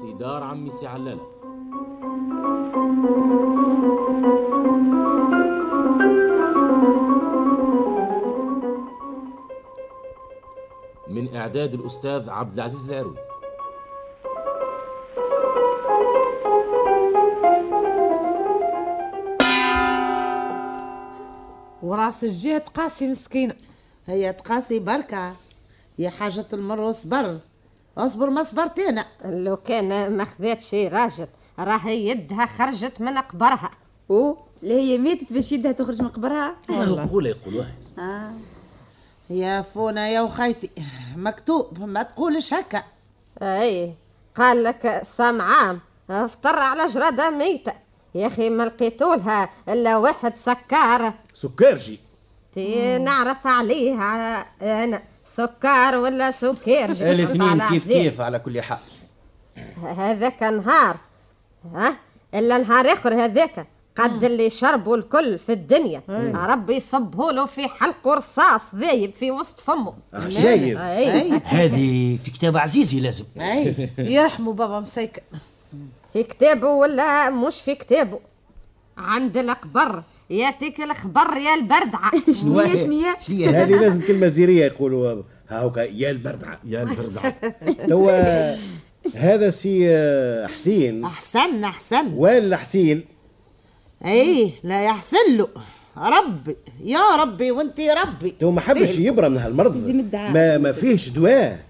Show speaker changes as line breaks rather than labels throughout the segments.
في دار عمي سي علالة من إعداد الأستاذ عبد العزيز العروي
وراس الجهة قاسي مسكينة
هي تقاسي بركة يا حاجة المر صبر اصبر ما صبرت انا
لو كان ما خذات شي راجل راهي يدها خرجت من قبرها
او لا هي ماتت باش يدها تخرج من قبرها
نقول يقول واحد
يا فونا يا وخيتي مكتوب ما تقولش هكا
اي قال لك سمعان افطر على جرادة ميتة يا اخي ما لقيتولها الا واحد سكار
سكرجي
تي نعرف عليها انا سكر ولا سكير
الاثنين
على
كيف
عزيز.
كيف على كل حال
هذاك نهار ها الا نهار اخر هذاك قد اللي شربوا الكل في الدنيا ربي يصبه له في حلقه رصاص ذايب في وسط فمه
آه، جايب
اي
هذه في كتاب عزيزي لازم
اي
يرحموا بابا مسيكة
في كتابه ولا مش في كتابه عند القبر ياتيك الخبر يا البردعه
شنيا شنيا
شنو هي؟
هذه لازم كلمة جزيرية يقولوا هاوكا يا البردعة
يا البردعة
توا آه، هذا سي آه، حسين
احسن احسن
ولا حسين
اي لا يحسن له ربي يا ربي وانت ربي
تو ما حبش يبرى إيه. من هالمرض
لازم الدعاء.
ما ما فيهش دواء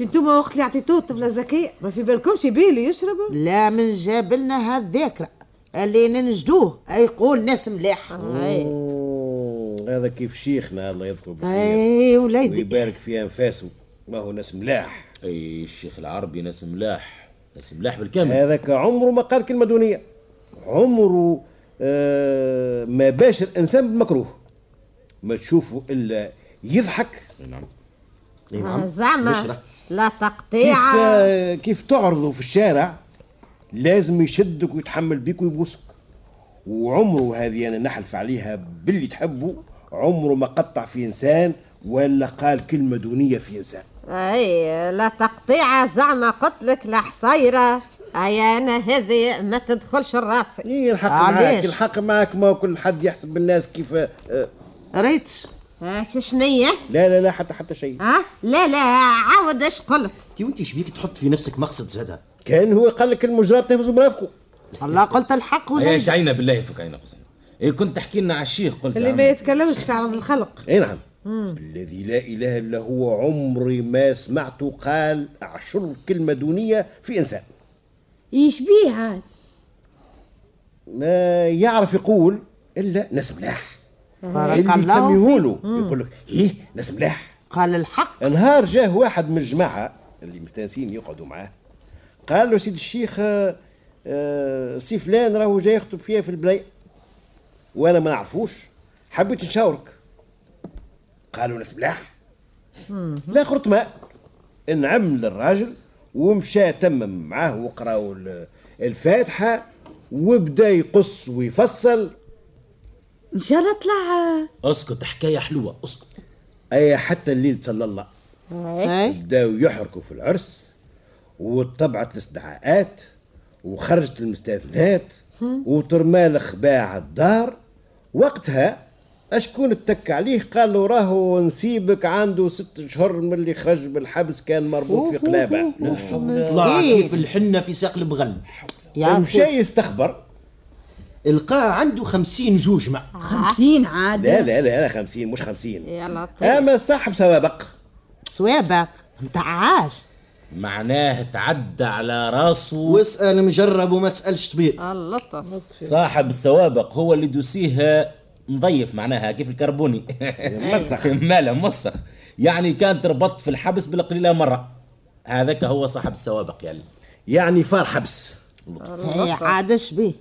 انتوما وقت اللي عطيتوه الطفلة الزكية ما في بالكمش يبيلي يشرب
لا من جاب لنا هالذاكرة اللي ننجدوه يقول ناس ملاح
أي.
مم، هذا كيف شيخنا الله يذكره بالخير
اي وليدي
ويبارك في انفاسه ما هو ناس ملاح
أي الشيخ العربي ناس ملاح ناس ملاح
أه.
بالكامل
هذاك عمره ما قال كلمة دونية عمره آه ما باشر انسان بالمكروه ما تشوفه الا يضحك
نعم
إي نعم.
زعما
بشرة.
لا
كيف
تقطيع
تا- كيف تعرضه في الشارع لازم يشدك ويتحمل بيك ويبوسك وعمره هذه انا نحلف عليها باللي تحبه عمره ما قطع في انسان ولا قال كلمه دونيه في انسان
اي لا تقطيع زعما قلت لك لا حصيره اي انا هذه ما تدخلش الراس
ايه الحق معاك
علاش؟
الحق معاك ما كل حد يحسب الناس كيف آه،
ريتش
شنية
لا لا لا حتى حتى شيء
ها لا لا عاود اش قلت
انت وانت شبيك تحط في نفسك مقصد زادها
كان هو قال لك المجرات تهز مرافقه
والله قلت الحق
يا
ولا
شعينا بالله فك عينا قصنا إيه كنت تحكي لنا على الشيخ قلت
اللي
يا
ما
عمي.
يتكلمش في عرض الخلق
اي نعم الذي لا اله الا هو عمري ما سمعته قال عشر كلمه دونيه في انسان
يشبيه عاد
ما يعرف يقول الا ناس ملاح
بارك
اللي
الله فيك.
تسميهوله يقول لك ايه ناس ملاح
قال الحق
نهار جاه واحد من الجماعه اللي مستانسين يقعدوا معاه قال له سيد الشيخ آه، آه، سي فلان راهو جاي يخطب فيها في البلاي وانا ما نعرفوش حبيت نشاورك قالوا ناس ملاح لا خرط ماء انعم للراجل ومشى تمم معاه وقراوا ال- الفاتحه وبدا يقص ويفصل
ان شاء الله طلع
اسكت حكاية حلوة اسكت
اي حتى الليل صلى الله
اي
بداو يحركوا في العرس وطبعت الاستدعاءات وخرجت المستثنات وترمى الخباع الدار وقتها اشكون اتك عليه قالوا راهو نسيبك عنده ست شهور من اللي خرج بالحبس كان مربوط في قلابه
طلع كيف الحنه في ساق البغل
مشى يستخبر
القاه عنده خمسين جوجمة
خمسين عاد
لا لا لا لا خمسين مش خمسين
يا لطيف
اما صاحب سوابق
سوابق نتاع عاش
معناه تعدى على راسه
واسأل مجرب وما تسألش طبيب
اللطف
صاحب السوابق هو اللي دوسيه مضيف معناها كيف الكربوني
مسخ
ماله موسخ يعني كان تربط في الحبس بالقليلة مرة هذاك هو صاحب السوابق يعني
يعني فار حبس
هي عادش بيه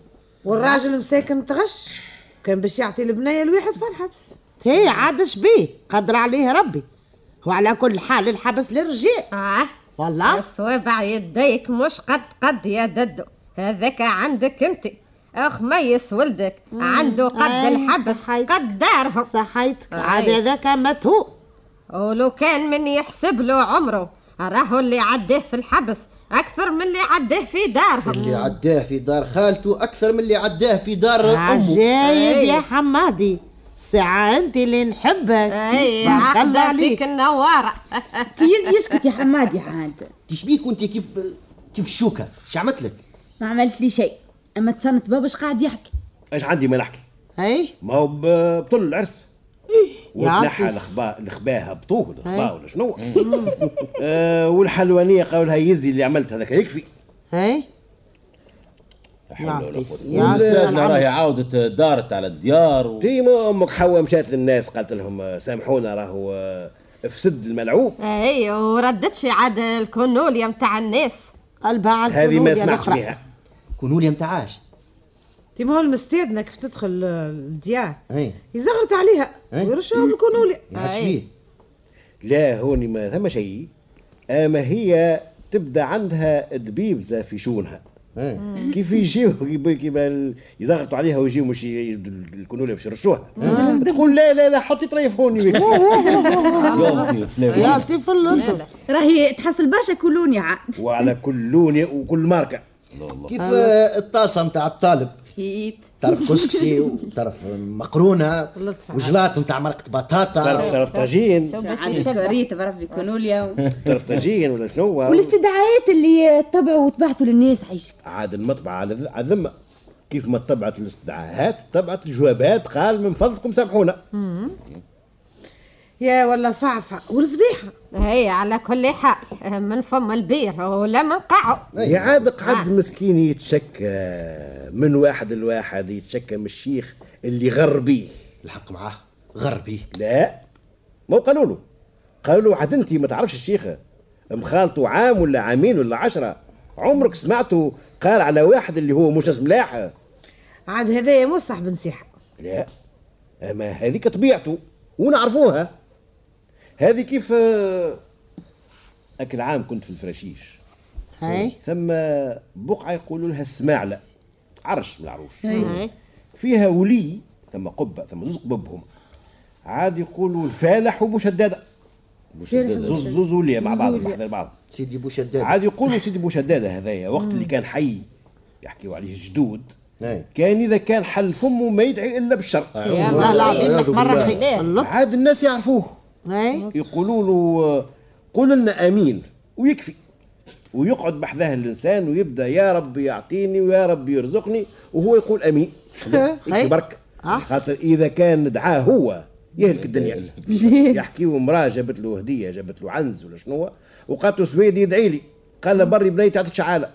والراجل مساكن متغش كان باش يعطي البنية الواحد في الحبس
هي عادش بيه قدر عليه ربي وعلى كل حال الحبس للرجال
اه
والله
صوابع يديك مش قد قد يا ددو هذاك عندك انت خميس ولدك عنده قد
أي
الحبس
صحيت.
قد دارهم
صحيتك
أي.
عاد هذاك مات هو
ولو كان من يحسب له عمره راهو اللي عداه في الحبس أكثر من اللي عداه في دارهم
اللي عداه في دار خالته اكثر من اللي عداه في دار امه
عجايب
أي.
يا حمادي ساعة أنت اللي نحبك
اي
بارك الله
عقده
عليك
فيك النوارة
تيز يسكت يا حمادي عاد
تشبيك وانت كيف كيف الشوكه ش عملت لك
ما عملت لي شيء اما تصنت بابا اش قاعد يحكي
اش عندي ما نحكي
أي
ما هو ب- بطل العرس وتنحى
يعطيك.
الخبا الخباها بطول الخبا ولا شنو آه، والحلوانيه قالوا لها يزي اللي عملت هذاك يكفي
أي
لا حول ولا قوة.
يعطيك. يا سلام.
ولادنا راهي عاودت دارت على الديار و...
ديما امك حوا مشات للناس قالت لهم آه، سامحونا راهو آه، فسد الملعوب
اي وردتش عاد الكونوليا متاع الناس
قلبها على
هذه ما
القلوب يا
سمعتش
الأخرى.
بها
كونوا لي متعاش
تي ما هو المستدنة كيف تدخل آه، الديار
اي
يزغرت عليها
إيه.
ويرشهم يكونوا لي
عاد
أي.
شبيه
لا هوني ما ثم شيء اما هي تبدا عندها دبيبزه في شونها
أي.
كيف يجيو كيما- كيما ال- يزغطوا عليها ويجيو مش ي- يبدو الكنوله باش يرشوها تقول لا لا لا حطي طريف هوني
يوم في الفلافل.
يا لطيف اللطف
راهي تحصل برشا كولونيا عاد
وعلى كل لون وكل ماركه
كيف
أيوة.
آه، الطاسه متاع الطالب
اكيد
طرف كسكسي وطرف مقرونه وجلات متاع مرقه
طرف
بطاطا
طرف طاجين
عندي كوريت بربي كونوليا و...
طرف طاجين ولا شنو هو؟
والاستدعاءات اللي طبعوا وتبعثوا للناس عيش
عاد المطبعه على ذ- على ذمه كيف ما طبعت الاستدعاءات طبعت الجوابات قال من فضلكم سامحونا
يا ولا فعفع والفضيحة
اي على كل حال من فم البير ولا من قاعه
يا عاد قعد مسكين يتشكى من واحد لواحد يتشكى من الشيخ اللي غر بيه
الحق معاه غربي
لا ما هو قالوا له قالوا له عاد انت ما تعرفش الشيخه مخالطه عام ولا عامين ولا عشرة عمرك سمعته قال على واحد اللي هو مش ناس ملاحه
عاد هذايا مو صاحب نصيحة
لا اما هذيك طبيعته ونعرفوها هذه كيف آه، اكل عام كنت في الفراشيش
أي
ثم بقعه يقولوا لها السماعله عرش من العروش
أي.
فيها ولي ثم قبه ثم زوز قببهم عاد يقولوا الفالح وبوشداده زوز زوز ولي مع بعض مع بعض
سيدي بوشداد
عاد يقولوا سيدي بوشداده هذايا وقت اللي كان حي يحكيوا عليه الجدود
نعم.
كان اذا كان حل فمه ما يدعي الا بالشر
يا الله العظيم لك مرة خير اللطف
عاد الناس يعرفوه
أي
يقولوا له آه، قل لنا امين ويكفي ويقعد بحذاه الانسان ويبدا يا رب يعطيني ويا رب يرزقني وهو يقول امين يكفي برك
طيب. أحسن.
خاطر اذا كان دعاه هو يهلك الدنيا يحكيو امراه جابت له هديه جابت له عنز ولا شنو وقالت له سويدي يدعي لي قال لها بري بنيتي تعطيك شعاله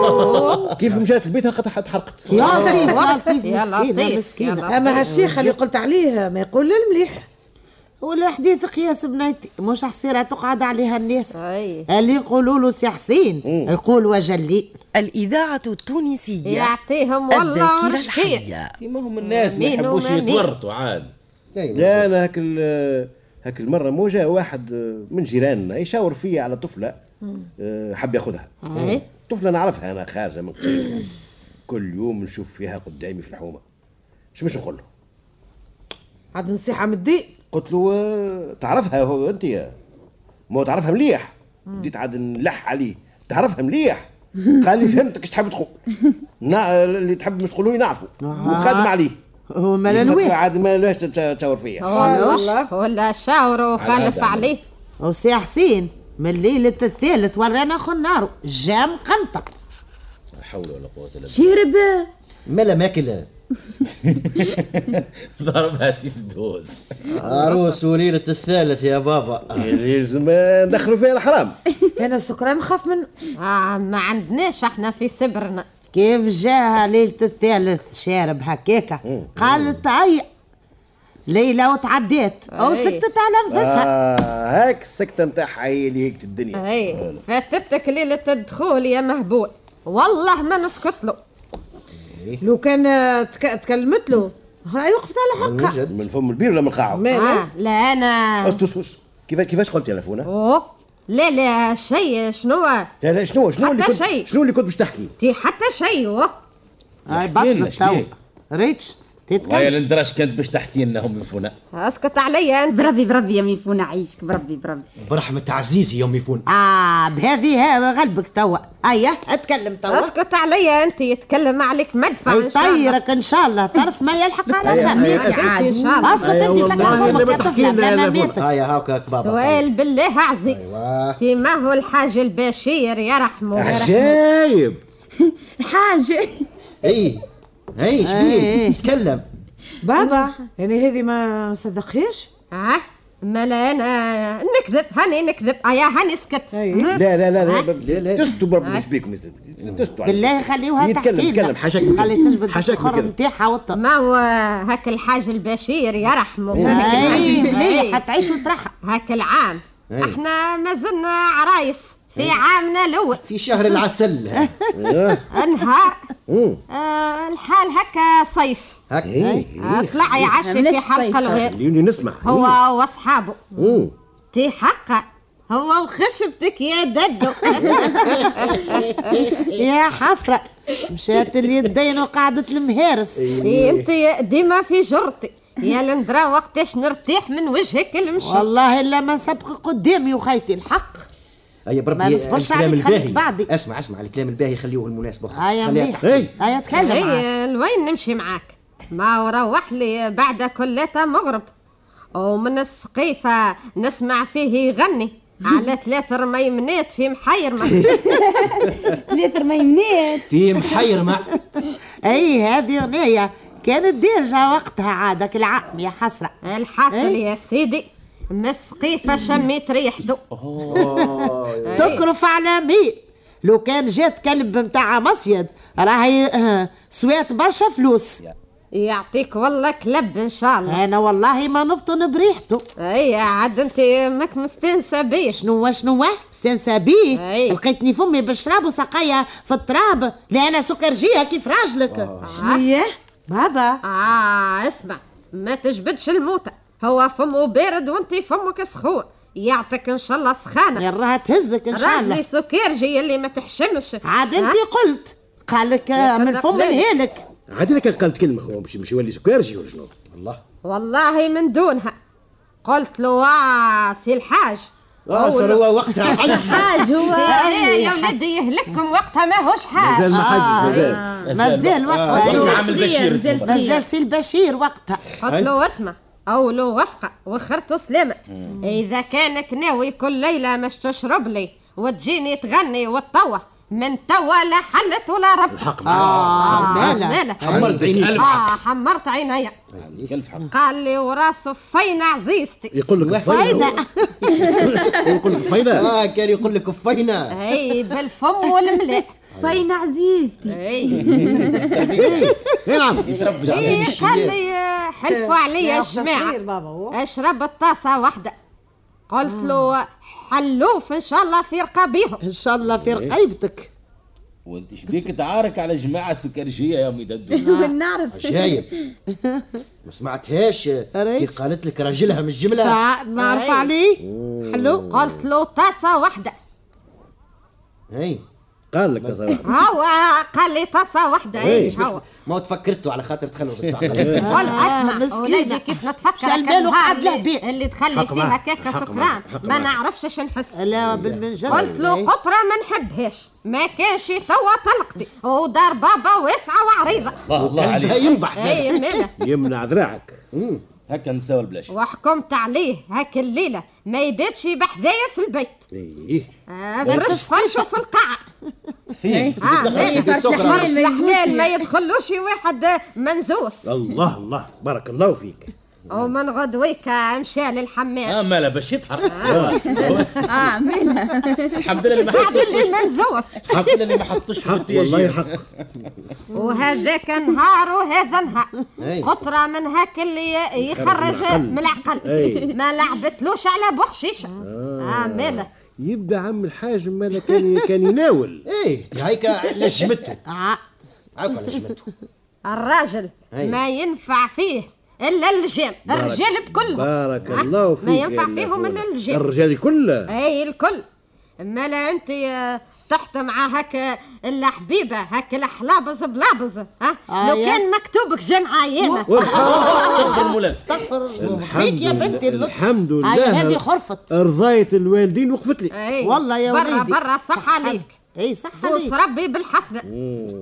كيف مشات البيت لقيتها تحرقت
يا لطيف يا لطيف
يا لطيف،
مسكينة
يا
مسكينة
لطيف.
أما هالشيخة اللي قلت عليها ما يقول لا المليح
والاحداث قياس بنيتي مش حصيره تقعد عليها الناس
أي.
اللي يقولوا له سي حسين يقول وجلي
الإذاعة التونسية
يعطيهم والله
الذاكرة
ورشحية
الحية
كيما هم الناس ما
مين
يحبوش
وما مين.
يتورطوا عاد
لا انا هاك ال- هاك المره مو جا واحد من جيراننا يشاور فيا على طفله آه، حب ياخذها
أي.
طفله نعرفها انا خارجه من قصير كل يوم نشوف فيها قدامي في الحومه شو باش نقول له؟
عاد نصيحة من الدين
قلت له آه، تعرفها هو انت يا ما هو تعرفها مليح بديت عاد نلح عليه تعرفها مليح قال لي فهمتك ايش تحب تقول نا- اللي تحب مش تقولوا لي نعرفه وخادم عليه
هو مال
الطفلة
الوين
عاد ما لهاش تشاور فيا
ولا ولا شاوروا وخالف
هذا.
عليه
وسي حسين من ليلة الثالث ورانا خنارو جا مقنطر
لا حول ولا قوة الا بالله
شرب
ملا ماكل
ضربها سيس دوز
عروس وليله الثالث يا بابا
يلزم ندخلوا فيها الحرام
أنا السكران نخاف منه
آه ما عندناش احنا في سبرنا
كيف جاها ليلة الثالث شارب هكاكا قالت هيا ليلى وتعديت او
أي.
سكتت على نفسها
آه هاك السكته نتاعها هي اللي هيك الدنيا
اي إيه. فاتتك ليلة الدخول يا مهبول والله ما نسكت له
لو كان آه، تك- تكلمت له هاي وقفت على حقها
من فم البير ولا من القاعه
آه لا انا
اسس كيف كيفاش قلت يا لفونه
أوه. لا لا شيء شنو
لا لا شنو شنو اللي
حتى
كنت
شيء.
شنو اللي كنت باش تحكي
تي حتى شيء أوه.
هاي
احكي لنا
بطلت تو
شبيك؟
ريتش
ويا
تتكلم
الاندراش كانت باش تحكي لنا هم الفنا
اسكت عليا انت
بربي بربي يا ميفون عيشك بربي بربي
برحمة عزيزي يوم يفون
اه بهذه ها غلبك توا هيا اتكلم توا
اسكت عليا انت يتكلم عليك مدفع إن شاء الله.
يطيرك ان شاء الله طرف ما يلحق على
أيوة،
الغنم
أيوة.
أنت إن شاء الله.
اسكت انت
والله
سكر
اللي
فمك
ما
يا
تحكي
طفله بلا
لنا
ما
يا فول.
ماتك
هيا هاكا آه، بابا طيب.
سؤال بالله عزيز
أيوة.
تي ما هو الحاج البشير يرحمه يرحمه
عجايب
الحاجة
اي اي
إيه.
شبيك تكلم
بابا يعني هذه ما نصدقهاش
ها مالا انا نكذب هاني نكذب ايا هاني اسكت
لا لا لا لا
لا، لا.
تستوا بربي مش بيكم يا سيدي. تستوا على-
بالله خليوها تحكي
يتكلم
لنا.
يتكلم حشك
خلي تجبد
حشك
الخرة
بكذا.
نتاعها والطب
ما هو هاك الحاج البشير يرحمه
أيوة. اي مليح حتعيش وترحم
هاك العام
أي.
احنا ما زلنا عرايس في عامنا الاول
في شهر العسل
أه.
انهار آه الحال هكا صيف
هاك
آه، طلع يعشي
عملاش
في حلقه
صيف.
الغير
خليني نسمع
هو واصحابه
مم.
تي حقا هو وخشبتك يا ددو
يا حسرة مشات اليدين وقعدت المهارس
إيه.
انت ديما في جرتي يا لندرا وقتاش نرتاح من وجهك المشي
والله الا ما نسبق قدامي وخيتي الحق
هيا بربي
ما نصبرش
الكلام
عليك، خليك
الباهي.
بعدي.
اسمع اسمع الكلام الباهي خليوه المناسبة
هيا مليح
إيه.
هيا تكلم عاد.
هي لوين نمشي معاك ما وروح لي بعد كلتا مغرب ومن السقيفة نسمع فيه يغني على ثلاث رميمنات في محيرمة
ثلاث رميمنات
في محيرمة
اي إيه، هذه اغنية كانت ديرجة وقتها عادك العام يا حسرة
الحاصل يا سيدي من السقيفة شميت ريحته
إيه.
تكرف على مين لو كان جات كلب متاع مصيد راهي آه، سوات برشا فلوس
يعطيك والله كلب ان شاء الله
انا والله ما نفطن بريحته
اي إيه، عاد انت ماك مستنسى بيه
شنو شنو سنسى بيه
أي.
لقيتني فمي بشراب وسقايا في التراب لأنا سكرجية كيف راجلك
آه.
شنية بابا
آه اسمع ما تجبدش الموتى هو فمه بارد وانت فمك سخون يعطيك ان شاء الله سخانه
راها تهزك إن شاء
راجلي
الله
سكرجي اللي ما تحشمش
عاد أنت قلت قالك آه، من
صدق
فم
بالك.
الهالك
عاد اذا كان قالت كلمه هو مش مش يولي سكارجي ولا شنو
الله
والله من دونها قلت له آه، سي الحاج
آه،
اه صار هو وقتها
آه.
عسل
حاج هو
يا يا ولدي يهلككم وقتها ماهوش حاج
مازال ما
آه.
حاجز مازال آه.
مازال
والله
وقتها أيوه.
عم البشير اسمه
مازال-
فقط.
مازال سي البشير وقتها
قلت له اسمع او لو وفقه وخرته سلامه اذا كانك ناوي كل ليله مش تشرب لي وتجيني تغني وتطوه من توا لا حلت ولا ربت
الحق
آه مالا
ماله
عمرت عينيك
اه حمرت عينيا
كلف حق
قال لي وراسه فين عزيزتي
يقول لك فايده يقول لك فايده
اه كان يقول لك فينا
اي بالفم والملاء
فين عزيزتي
اي
إيه،
نعم
يتربج عليه
إي، قال لي آه، حلفوا عليا
يا
يا
صغير
جماعه
بابا هو
اشرب الطاسه واحده قلت له حلوف ان شاء الله في رقابيهم
إن شاء الله
إيه.
في رقيبتك
وانت شبيك تعارك على جماعه سكرجيه يا امي ددو
وين نعرف
عجايب ما سمعتهاش كي
ريش.
قالت لك راجلها من الجملة
آه، نعرف
أي.
عليه
حلو قلت له طاسه واحده
هي
قال لك صراحه
هو قال لي طاسه واحده
إيه.
اي هو
ما تفكرته على خاطر تخلص آه،
والله اسمع
مسكينة.
ولادي كيف نتفكر
شال باله
كانها
قعد له
اللي-
بيه.
اللي تخلي
حق
فيها
معاه.
كيكه
حق
سكران
معاه.
ما نعرفش اش نحس
إيه.
لا إيه. بالمنجد
قلت له قطرة ما نحبهاش ما كانش توا طلقتي ودار بابا واسعة وعريضة
الله الله
كلبها
عليك
ينبح زاد.
اي ماله
يمنع ذراعك
هكا نساو البلاش
وحكمت عليه هاك الليلة ما يباتش بحذايا في البيت
ايه
آه، فرش فرشه في القاعة
فين
اه ماله
فرش
فرش
الحلال آه، ما
الحلال ما
يجوش.
يدخلوش واحد
آه.
منزوس
الله الله بارك الله فيك
ومن غدويك مشى للحمام
اه مالا باش يتحرك آه.
اه مالها
الحمد لله اللي ما
بعد
حطوش
اللي منزوس
الحمد لله اللي ما حطوش في
حق والله
التياجين
حق
وهذاك نهار وهذا نهار
أي.
قطرة من هاك اللي ي- يخرج من
أي. آه.
العقل ما لعبتلوش على بوحشيشة اه ماله
يبدا عم الحاج مالا كان كان يناول
ايه هيك لجمته
آه.
عاوكا لجمته
الراجل
أي.
ما ينفع فيه الا الجيم الرجال بكلهم
بارك الله
ما
فيك يا
ينفع فيهم
الله
أه.
فوق.
إلا الجن.
الرجال كله
اي الكل مالا انت آه، تحت مع هكا الحبيبه هكا الحلابز بلابز ها لو
آية.
كان مكتوبك جمعه يانا
آه، استغفر مولاك
استغفر
الحمد
بيك يا بنتي
لله-
اللطف
الحمد
هاي
لله آه.
هذه خرفت
رضاية الوالدين وقفت لي
إي،
والله يا
برا
وليدي.
برا صح عليك
اي صح
بوس
عليك
ربي بالحفنة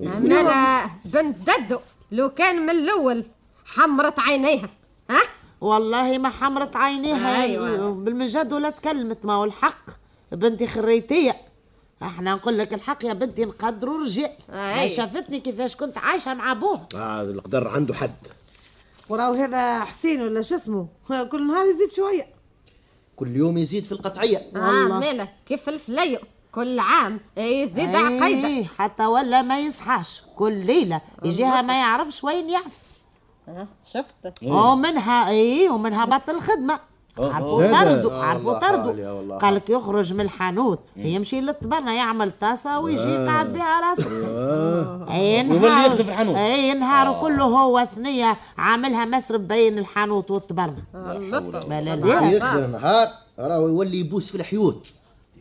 أنا بنت ددو لو كان من الأول حمرت عينيها ها
والله ما حمرت عينيها
أيوة.
بالمجد ولا تكلمت ما هو الحق بنتي خريتية احنا نقول لك الحق يا بنتي نقدروا رجال هي شافتني كيفاش كنت عايشه مع ابوها
آه القدر عنده حد
وراو هذا حسين ولا شو اسمه كل نهار يزيد شويه
كل يوم يزيد في القطعيه
آه مالا كيف الفليو كل عام يزيد عقيدة
أيه، حتى ولا ما يصحاش كل ليله يجيها ما يعرفش وين يعفس
أه، شفت
إيه.
ومنها ايه ومنها بطل الخدمه عرفوا
هذا-
طردوا
آه،
عرفوا
والله عالي،
طردوا
والله
قال لك يخرج من الحانوت
إيه.
يمشي للطبرنا يعمل طاسه ويجي قاعد بها إيه، راسه اي نهار
ويولي يخدم في الحانوت. آه.
اي نهار إيه، كله هو ثنيه عاملها مسرب بين الحانوت والطبرنا ما لا لا
يخدم نهار راهو يولي يبوس في الحيوط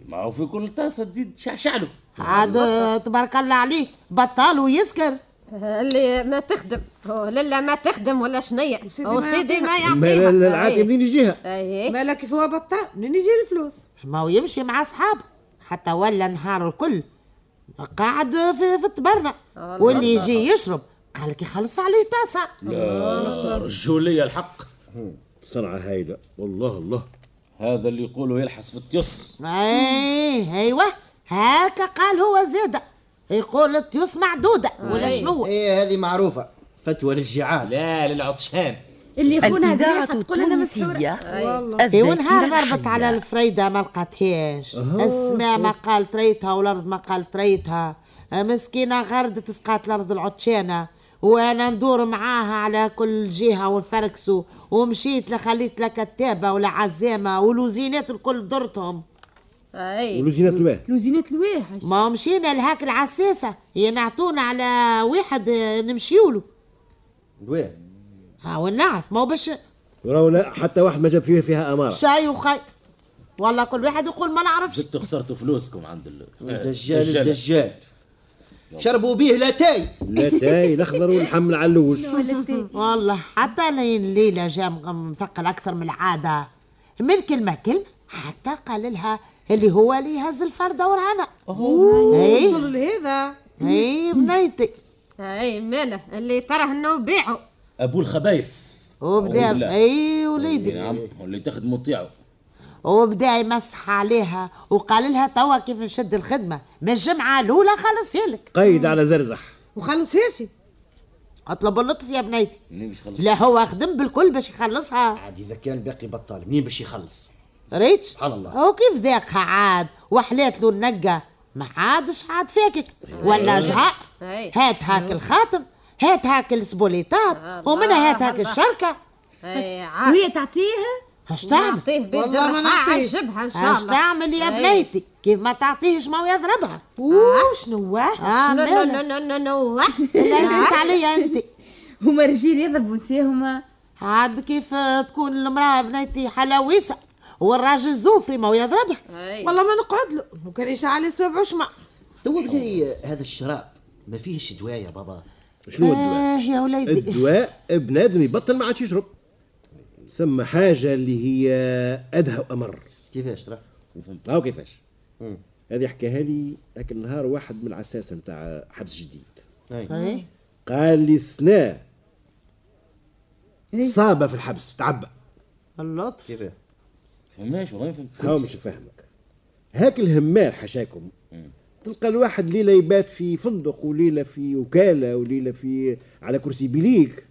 ما هو في كل طاسه تزيد شعشعله
عاد آه، تبارك الله عليه بطال ويسكر
اللي ما تخدم أوه، للا ما تخدم ولا شنية وسيدي ما
ما
يعطيها
العادي منين يجيها
أي
مالك كيف هو بطال منين يجي الفلوس
ما هو يمشي مع اصحابه حتى ولا نهار الكل قاعد في, في التبرنع
آه.
واللي يجي يشرب قال لك يخلص عليه طاسه
رجوليه الحق
صنعة هايلة والله الله
هذا اللي يقولوا يلحس في التيس
اي ايوه هاكا قال هو زاده يقول الطيوس معدوده ولا شنو
ايه هذه معروفه فتوى للجعال
لا للعطشان
اللي يخونها
الإذاعة
بالريحة تقول أنا
التونسية
مسحورة
اي
الذاكرة
إيه، ونهار
الحية.
ضربت على الفريده ما لقاتهاش السماء ما قال تريتها والارض ما قال أه، تريتها مسكينه غردت سقات الارض العطشانه وانا ندور معاها على كل جهه ونفركسو ومشيت لا خليت لا كتابه ولا عزامه والوزينات الكل درتهم
أي
ولوزينات الواد
لوزينات الواحد
ما مشينا لهاك العساسه ينعطونا على واحد آه، نمشيوله
وين
ها ونعرف ما هو باش
راهو لا حتى واحد ما جاب فيها فيها أمارة
شاي وخي والله كل واحد يقول ما نعرفش
زدتوا خسرتوا فلوسكم عند ال- آه،
الدجال
آه،
الدجال شربوا به لاتاي
لا تاي الأخضر واللحم العلوش
والله حتى لين الليله جا م- مثقل اكثر من العاده من كلمه كلمه حتى قال لها اللي هو اللي يهز الفرده ورهنا
وصلوا
اي
لهذا
اي إيه. بنيتي
أي مالا اللي تراه إنه بيعه
ابو الخبايث أعوذ
وبدا
بالله.
اي إيه، وليدي
نعم واللي تخدموا طيعوا
وبدا يمسح عليها وقال لها توا كيف نشد الخدمه من الجمعه الاولى خلص لك
قيد على زرزح
وخلص هيشي
اطلب اللطف يا بنيتي
منين باش خلص
لا هو خدم بالكل باش يخلصها
عاد اذا كان باقي بطال منين باش يخلص
ريت سبحان
الله.
هو كيف ذاقها عاد وحلات له النقة ما عادش عاد فاكك ولا جهاء
أي.
هات
أيوه.
هاك الخاتم هات هاك السبوليطات ومنها هات هاك الشركة
أي عاد
وهي تعطيها
هاش تعمل
نعطيه بيد
والله ما
الرخاء
نعطيه.
عجبها إن شاء
هاش
الله أيوه.
تعمل يا
أي.
بنيتي كيف ما تعطيهش ما هو يضربها
آه.
وشنو هو؟
اه
نو نو
مالا
نو نو نو
لا
نعم.
نسيت عليا انت
هما رجال يضربوا نساهما
عاد كيف آه، تكون المرأة بنيتي حلاويسة والراجل زوفري ما هو يضربها
أيوه.
والله ما نقعد له وكان يشعل يسوي شمع
تو بلاي هذا الشراب ما فيهش دواء يا بابا
شنو الدواء
آه يا وليدي
الدواء بنادم يبطل ما عادش يشرب ثم حاجة اللي هي أدهى وأمر
كيفاش ترى
هاو كيفاش هذه حكاها لي هاك النهار واحد من العساسة نتاع حبس جديد
أي.
قال لي سنا صابة في الحبس تعبى
اللطف
كيفاش
فهمناش والله ما فهمت
هاو مش فاهمك هاك الهمار حشاكم تلقى الواحد ليلة يبات في فندق وليلة في وكالة وليلة في على كرسي بليك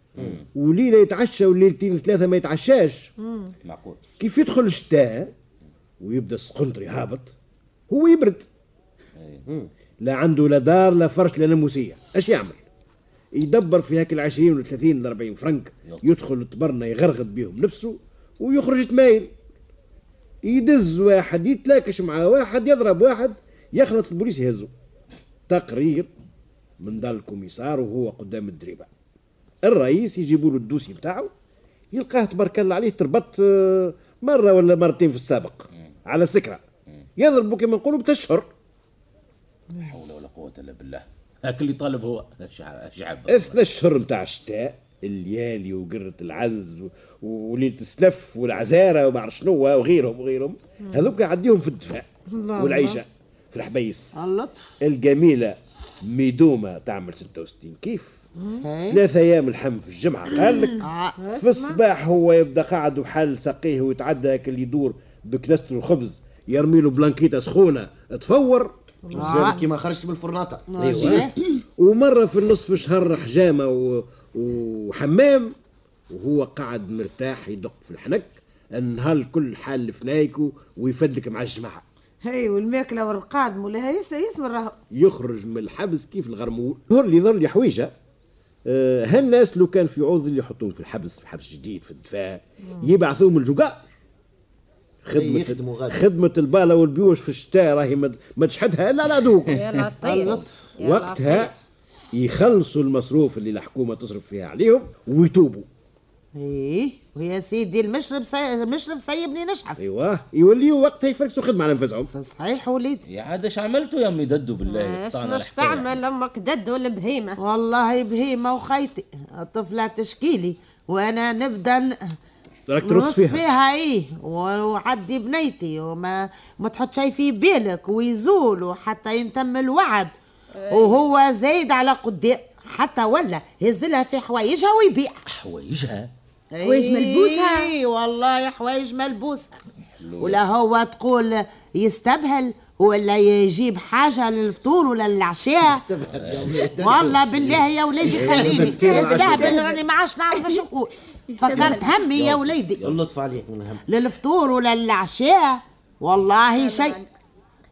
وليلة يتعشى وليلتين ثلاثة ما يتعشاش
معقول
كيف يدخل الشتاء ويبدا السقنطري هابط هو يبرد مم. لا عنده لا دار لا فرش لا ناموسيه اش يعمل يدبر في هاك العشرين ولا ثلاثين ولا أربعين فرنك يدخل تبرنا يغرغط بيهم نفسه ويخرج تمايل يدز واحد يتلاكش مع واحد يضرب واحد يخلط البوليس يهزه تقرير من دار الكوميسار وهو قدام الدريبه الرئيس يجيبوا له الدوسي بتاعه يلقاه تبارك الله عليه تربط آه، مره ولا مرتين في السابق على سكره يضربوا كما نقولوا بتشهر
لا حول ولا قوه الا بالله هاك اللي طالب هو الشع- الشعب
اثنى اشهر نتاع الشتاء الليالي وقرة العنز و- وليلة السلف والعزارة وما عرف شنو وغيرهم وغيرهم هذوك عنديهم في الدفاع والعيشة في الحبيس
اللطف
الجميلة ميدومة تعمل 66 كيف ثلاثة أيام الحم في الجمعة قال لك في الصباح هو يبدا قاعد وحل ساقيه ويتعدى هيك اللي يدور بكنسته الخبز يرمي له بلانكيته سخونه تفور
الزبد كيما خرجت من الفرناطه
ايوه ومره في النصف شهر حجامه و... وحمام وهو قاعد مرتاح يدق في الحنك النهار الكل حال فنايكو ويفدك مع الجماعه
هي والماكله والرقاد مولاها يس يسمر راهو
يخرج من الحبس كيف الغرمول ظهر لي ظهر لي حويجه آه، هالناس لو كان في عوض اللي يحطوهم في الحبس في حبس جديد في الدفاع يبعثوهم الجوقاء
أي
خدمة
يخدموا غادي.
خدمة البالة والبيوش في الشتاء راهي ما- ما تشحدها إلا على دوك
يا لطيف يا
وقتها يخلصوا المصروف اللي الحكومة تصرف فيها عليهم ويتوبوا
ايه ويا سيدي المشرب سي... المشرب سيبني نشحف
ايوه يوليوا وقتها يفركسوا خدمة على انفسهم
صحيح وليدي
يا عاد اش عملتوا يا امي ددو بالله
ايش
طعنا
مش
الحكاية.
تعمل امك دد والبهيمه
والله بهيمة وخيطي الطفلة تشكيلي وانا نبدا ن-
راك ترص
نرص
فيها
فيها ايه و- وعدي بنيتي وما ما تحط شي في بالك ويزول وحتى ينتم الوعد
إيه.
وهو زايد على قدام حتى ولا هزلها في حوايجها ويبيع
حوايجها
حوايج ملبوسها.
اي إيه، والله حوايج ملبوسها ولا هو تقول يستبهل ولا يجيب حاجة للفطور ولا للعشاء والله بالله يا وليدي خليني
مسكين العشاء.
استهبل راني ما عادش نعرف اش نقول فكرت همي يا وليدي
اللطف عليك من هم
للفطور ولا للعشاء والله شيء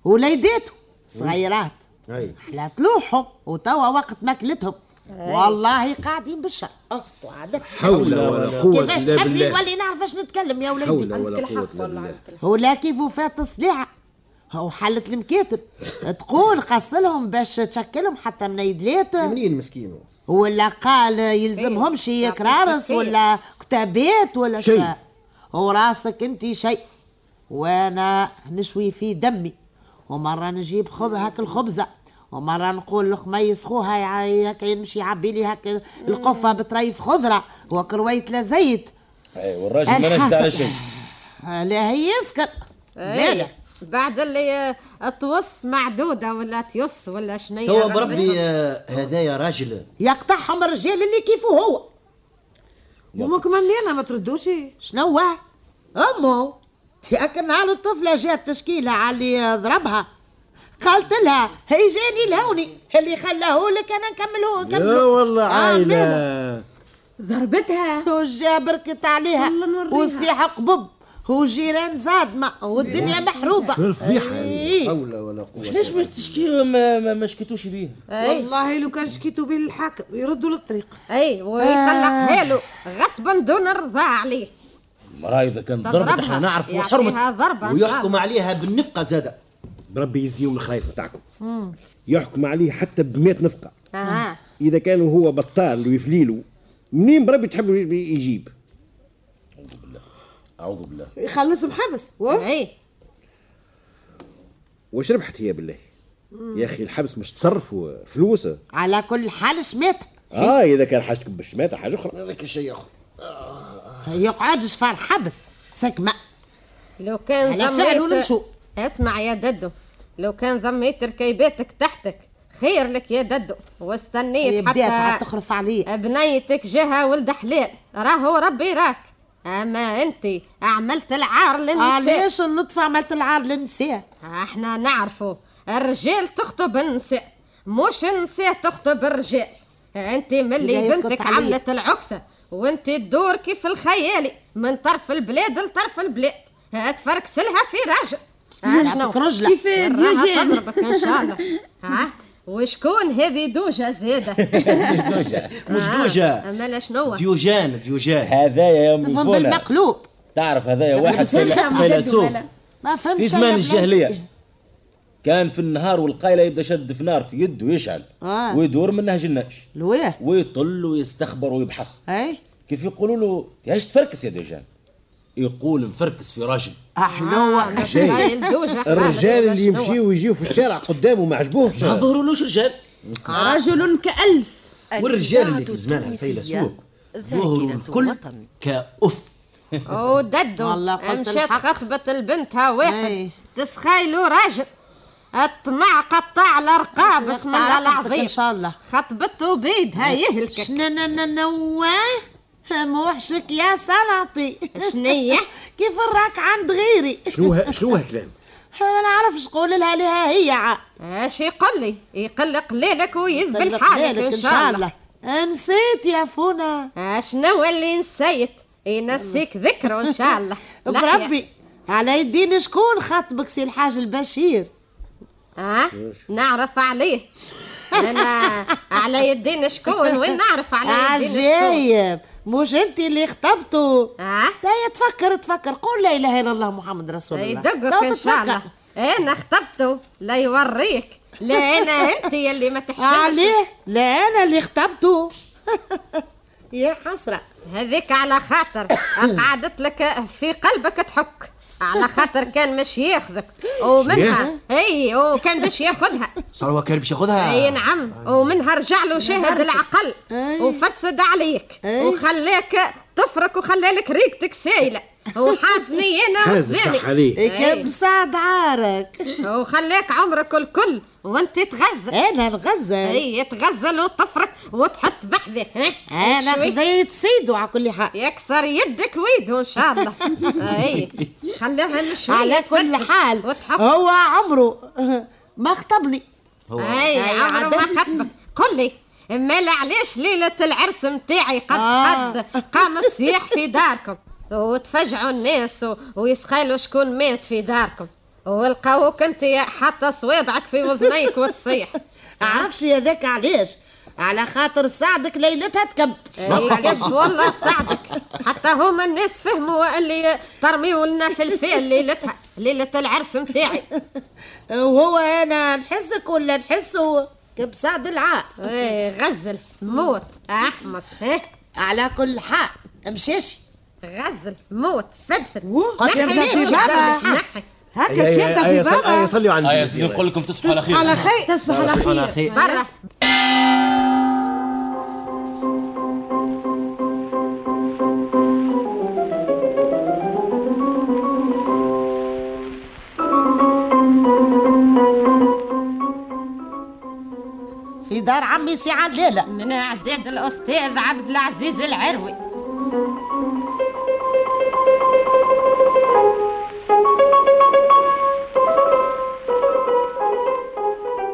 وليداتو صغيرات
اي
على تلوحهم وتوا وقت ماكلتهم والله قاعدين بالشر اسكتوا عاد
حول ولا قوة
كيفاش
إلا
تحب لي
بالله
نولي نعرف اش نتكلم يا
حول
وليدي
ولا قوة إلا بالله
ولا كيف وفات الصليعة هو حلت المكاتب تقول قصلهم باش تشكلهم حتى من يدلات
منين مسكين هو؟
ولا قال يلزمهمش كرارس ولا كتابات ولا
شيء.
شيء وراسك انت شيء وانا نشوي في دمي ومره نجيب خب هاك الخبزه ومره نقول الخميس خوها يع- هاك يمشي يعبي لي هاك القفه بطريف خضره وكرويه لا زيت
اي إيه، والراجل ما نجد على شيء
لا هي يسكر بالا
إيه. بعد اللي آه، توص معدوده ولا تيص ولا إيه. شنيا
توا
غربتهم.
بربي آه، هذايا راجل
يقطعهم الرجال اللي كيفه هو
امك مليانه ما تردوش
شنو هو؟ امه ياك نهار الطفله جات تشكيلها علي ضربها قالت لها هي جاني الهوني اللي خلاه لك انا نكمله
يا
نكمله
والله
آه،
عايلة
ضربتها
وجا بركت عليها
الله نوريها.
والسيحه قبب وجيران زادمه والدنيا محروبه
في الفضيحة
إيه.
حول ولا قوه
ليش ما تشكي ما ما, ما شكيتوش بيه
اي
والله لو كان شكيتوا بيه للحاكم يردوا للطريق
اي إيه. ويطلقها له غصبا دون الرضا عليه
المراه اذا كانت ضربت احنا نعرف
يعطيها
وحرمت
ضربه إن شاء الله.
ويحكم عليها بالنفقه زاده
بربي يزيهم الخايف نتاعكم يحكم عليه حتى ب 100 نفقة
اها
إذا كان هو بطال ويفليلو منين بربي تحب يجيب
اعوذ بالله
يخلصهم حبس و-
اي
واش ربحت هي بالله يا أخي الحبس مش تصرف فلوسه
على كل حال شمات
اه اذا كان حاجتك بالشماتة حاجه اخرى
هذاك الشيء اخر
يقعدش فار حبس سكمه
لو كان
على
ضميت-
فعل ونمشوا.
اسمع يا ددو لو كان ضميت ركيباتك تحتك خير لك يا ددو
هي
واستنيت
بدات إيه، عاد
حتى
تخرف عليا
بنيتك جاها ولد حلال راهو ربي راك اما انت عملت العار
آه،
للنساء
علاش النطفه عملت العار للنساء
احنا نعرفوا الرجال تخطب النساء مش النساء تخطب الرجال انت
لا
ملي
يسقط
بنتك
عليا.
عملت العكسه وانت تدور كيف الخيالي من طرف البلاد لطرف البلاد تفركس لها في راجل
عطت رجله
كيف ديوجين
تضربك ان شاء الله ها وشكون هذه دوجه زاده
مش دوجه
اما لا شنو
ديوجان ديوجان
هذا يا امي
تفهم
فولا
بالمقلوب
تعرف هذا يا واحد
بس هي
فيلا-
ما
فيلسوف
ملا.
ما فهمتش
في زمان الجاهليه
إيه.
كان في النهار والقايله يبدا شد في نار في يده ويشعل
آه.
ويدور منها جناش
لويه
ويطل ويستخبر ويبحث
اي
كيف يقولوا له عايش تفركس يا دجال يقول مفركس في راجل
احلوة
هاي الدوجة
الرجال اللي يمشيوا ويجيو في الشارع قدامه ما عجبوهش
ما ظهرولوش رجال
رجل كألف
والرجال اللي في زمان الفيلسوف ظهروا الكل كأف
وددو
والله قلت
مشات
الحق.
خطبت البنتها واحد
أي.
تسخايلو راجل الطمع قطع الارقاب اسم آه، الله العظيم
ان شاء الله إيه.
خطبته بيد هاي يهلكك
شنا نا- نا- نواه موحشك يا سلطي
شنية؟
كيف الراك عند غيري
شنو ها- شنو هالكلام؟
ما نعرفش قول لها لها هي عا.
اش يقول لي يقلق ليلك ويذبل
طلق
حالك
بالك
ان شاء الله
نسيت يا فونا
اشنو اللي نسيت ينسيك ذكره ان شاء الله لا يا-
بربي على يدين شكون خطبك سي الحاج البشير
اه نعرف عليه انا على يدين شكون وين نعرف على يدين شكون
عجايب مش انت اللي خطبته
اه
تايا تفكر تفكر قول لا اله الا الله محمد رسول الله
يدقك
تو
ان إيه، شاء الله
تتفكر.
انا خطبته إيه، لا يوريك لا انا انت اللي ما تحشمش
عليه لا انا اللي خطبته يا حسره
هذيك على خاطر قعدت لك في قلبك تحك على خاطر كان مش ياخذك ومنها اي وكان باش ياخذها
صاروا كان باش
آه.
ياخذها
اي نعم ومنها رجع له شاهد العقل
أي.
وفسد عليك
أي.
وخلاك تفرك وخلالك ريقتك سايله وحاسني انا
هذا
وزالي.
صح عليه
إيه.
كب سعد عارك
وخلاك عمرك الكل وانت تغزل
انا الغزل
اي تغزل وتفرك إيه، وتحط بحذه ها؟
انا
شوي.
خذيت سيدو على كل حال
يكسر يدك ويده ان شاء الله اي خليها مش
على كل حال
وتحط
هو عمره ما خطبني
اي
أي
عمره
عدم.
إيه، ما خطبك قل لي مالا علاش ليلة العرس متاعي قد
آه.
قد قام الصياح في داركم وتفجعوا الناس و... ويسخيلوا شكون مات في داركم ولقاوك انت حاطه صوابعك في وذنيك وتصيح
عرفش يا ذاك علاش على خاطر سعدك ليلتها تكبت
يكش إيه، والله صعبك حتى هما الناس فهموا اللي ترميوا لنا في الفيل ليلتها ليلة العرس متاعي
وهو انا نحسك ولا نحسه كبسعد العاء
إيه، غزل موت احمص إيه،
على كل حال مشاشي
غزل موت فدفد
قلت
نحي
لك بدي
يدك،
بابا.
نحي
هكا
آه،
شابة في
اي
بابا
صلي عندي
آه يا سيدي نقول لكم تصبحوا على خير
على خير تصبح على
تصبحوا على
خير
خير
في
برا
دار عمي سي علالة
من اعداد الاستاذ عبد العزيز العروي